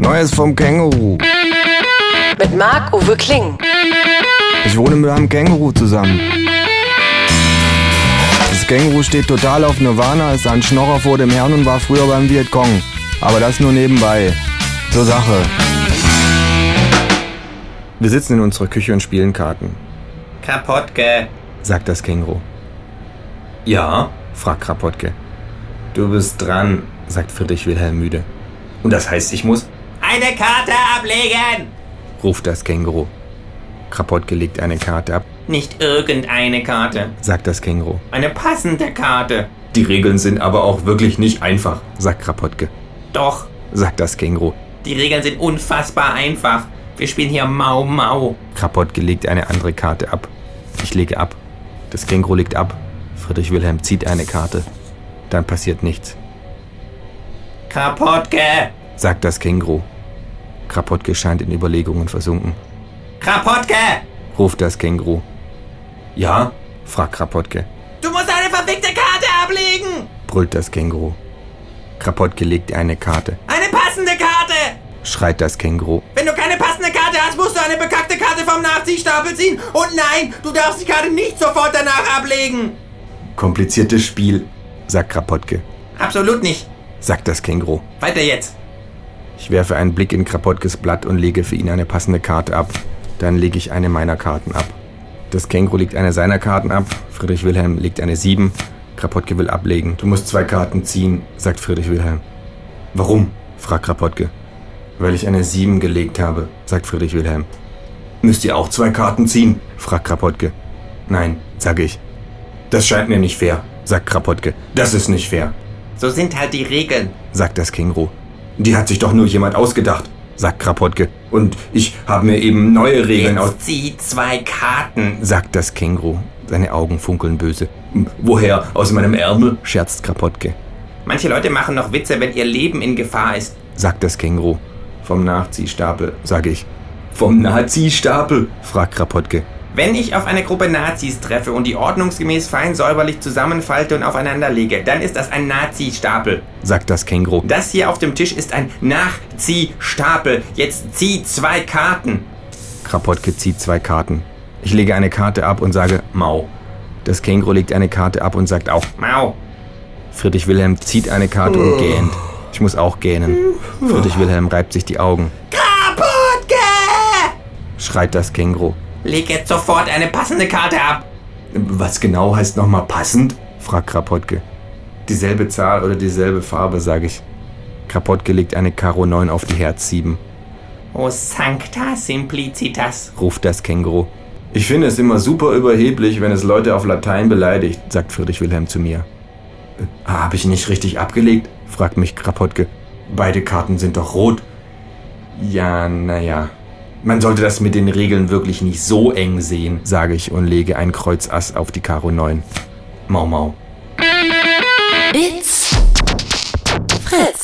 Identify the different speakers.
Speaker 1: Neues vom Känguru.
Speaker 2: Mit Marc-Uwe Kling.
Speaker 1: Ich wohne mit einem Känguru zusammen. Das Känguru steht total auf Nirvana, ist ein Schnorrer vor dem Herrn und war früher beim Vietcong. Aber das nur nebenbei. Zur Sache. Wir sitzen in unserer Küche und spielen Karten,
Speaker 3: Kapotke.
Speaker 1: sagt das Känguru.
Speaker 3: Ja,
Speaker 1: Fragt Krapotke,
Speaker 3: du bist dran.
Speaker 1: sagt Friedrich Wilhelm müde.
Speaker 3: Und das heißt, ich muss eine Karte ablegen.
Speaker 1: Ruft das Känguru. Krapotke legt eine Karte ab,
Speaker 3: Nicht irgendeine Karte,
Speaker 1: sagt das Känguru,
Speaker 3: eine passende Karte. Die Regeln sind aber auch wirklich nicht einfach.
Speaker 1: sagt Krapotke,
Speaker 3: Doch,
Speaker 1: sagt das Känguru.
Speaker 3: die Regeln sind unfassbar einfach. Wir spielen hier Mau Mau.
Speaker 1: Krapotke legt eine andere Karte ab. Ich lege ab. Das Känguru legt ab. Friedrich Wilhelm zieht eine Karte. Dann passiert nichts,
Speaker 3: Kapotke.
Speaker 1: sagt das Känguru. Krapotke scheint in Überlegungen versunken.
Speaker 3: Kapotke.
Speaker 1: Ruft das Känguru. Ja? fragt Krapotke.
Speaker 3: Du musst eine verfickte Karte ablegen.
Speaker 1: Brüllt das Känguru. Krapotke legt eine Karte.
Speaker 3: Eine passende Karte.
Speaker 1: Schreit das Känguru.
Speaker 3: Wenn du keine passende Karte hast, musst du eine bekackte Karte vom Nachziehstapel ziehen. Und nein, du darfst die Karte nicht sofort danach ablegen.
Speaker 1: Kompliziertes Spiel, sagt Krapotke.
Speaker 3: Absolut nicht.
Speaker 1: Sagt das Känguru.
Speaker 3: Weiter jetzt.
Speaker 1: Ich werfe einen Blick in Krapotkes Blatt und lege für ihn eine passende Karte ab. Dann lege ich eine meiner Karten ab. Das Känguru legt eine seiner Karten ab. Friedrich Wilhelm legt eine 7. Krapotke will ablegen. Du musst zwei Karten ziehen, sagt Friedrich Wilhelm. Warum? fragt Krapotke. Weil ich eine 7 gelegt habe, sagt Friedrich Wilhelm. Müsst ihr auch zwei Karten ziehen? fragt Krapotke. Nein, sage ich. Das scheint mir nicht fair, sagt Krapotke. Das ist nicht fair,
Speaker 3: So sind halt die Regeln.
Speaker 1: sagt das Känguru. Die hat sich doch nur jemand ausgedacht, sagt Krapotke. Und ich habe mir eben neue Regeln aus...
Speaker 3: Jetzt zieh zwei Karten.
Speaker 1: sagt das Känguru. Seine Augen funkeln böse,
Speaker 3: Woher? Aus meinem Ärmel?
Speaker 1: scherzt Krapotke,
Speaker 3: Manche Leute machen noch Witze, wenn ihr Leben in Gefahr ist.
Speaker 1: sagt das Känguru. Vom Nachziehstapel, sage ich,
Speaker 3: Vom Nazi-Stapel.
Speaker 1: fragt Krapotke,
Speaker 3: Wenn ich auf eine Gruppe Nazis treffe und die ordnungsgemäß fein säuberlich zusammenfalte und aufeinander lege, dann ist das ein Nazi-Stapel.
Speaker 1: sagt das Känguru,
Speaker 3: Das hier auf dem Tisch ist ein Nachziehstapel. Jetzt zieh zwei Karten.
Speaker 1: Krapotke zieht zwei Karten. Ich lege eine Karte ab und sage Mau. Das Känguru legt eine Karte ab und sagt auch
Speaker 3: Mau.
Speaker 1: Friedrich Wilhelm zieht eine Karte und gähnt. Ich muss auch gähnen. Friedrich Wilhelm reibt sich die Augen, Ah,
Speaker 3: Kaputke!
Speaker 1: schreit das Känguru.
Speaker 3: Leg jetzt sofort eine passende Karte ab.
Speaker 1: Was genau heißt nochmal passend? fragt Krapotke. Dieselbe Zahl oder dieselbe Farbe, sage ich. Krapotke legt eine Karo 9 auf die Herz 7,
Speaker 3: O Sancta Simplicitas.
Speaker 1: ruft das Känguru. Ich finde es immer super überheblich, wenn es Leute auf Latein beleidigt, sagt Friedrich Wilhelm zu mir. Habe ich nicht richtig abgelegt? fragt mich Krapotke. Beide Karten sind doch rot. Ja, naja. Man sollte das mit den Regeln wirklich nicht so eng sehen, sage ich und lege ein Kreuz Ass auf die Karo 9. Mau Mau.
Speaker 4: It's Fritz.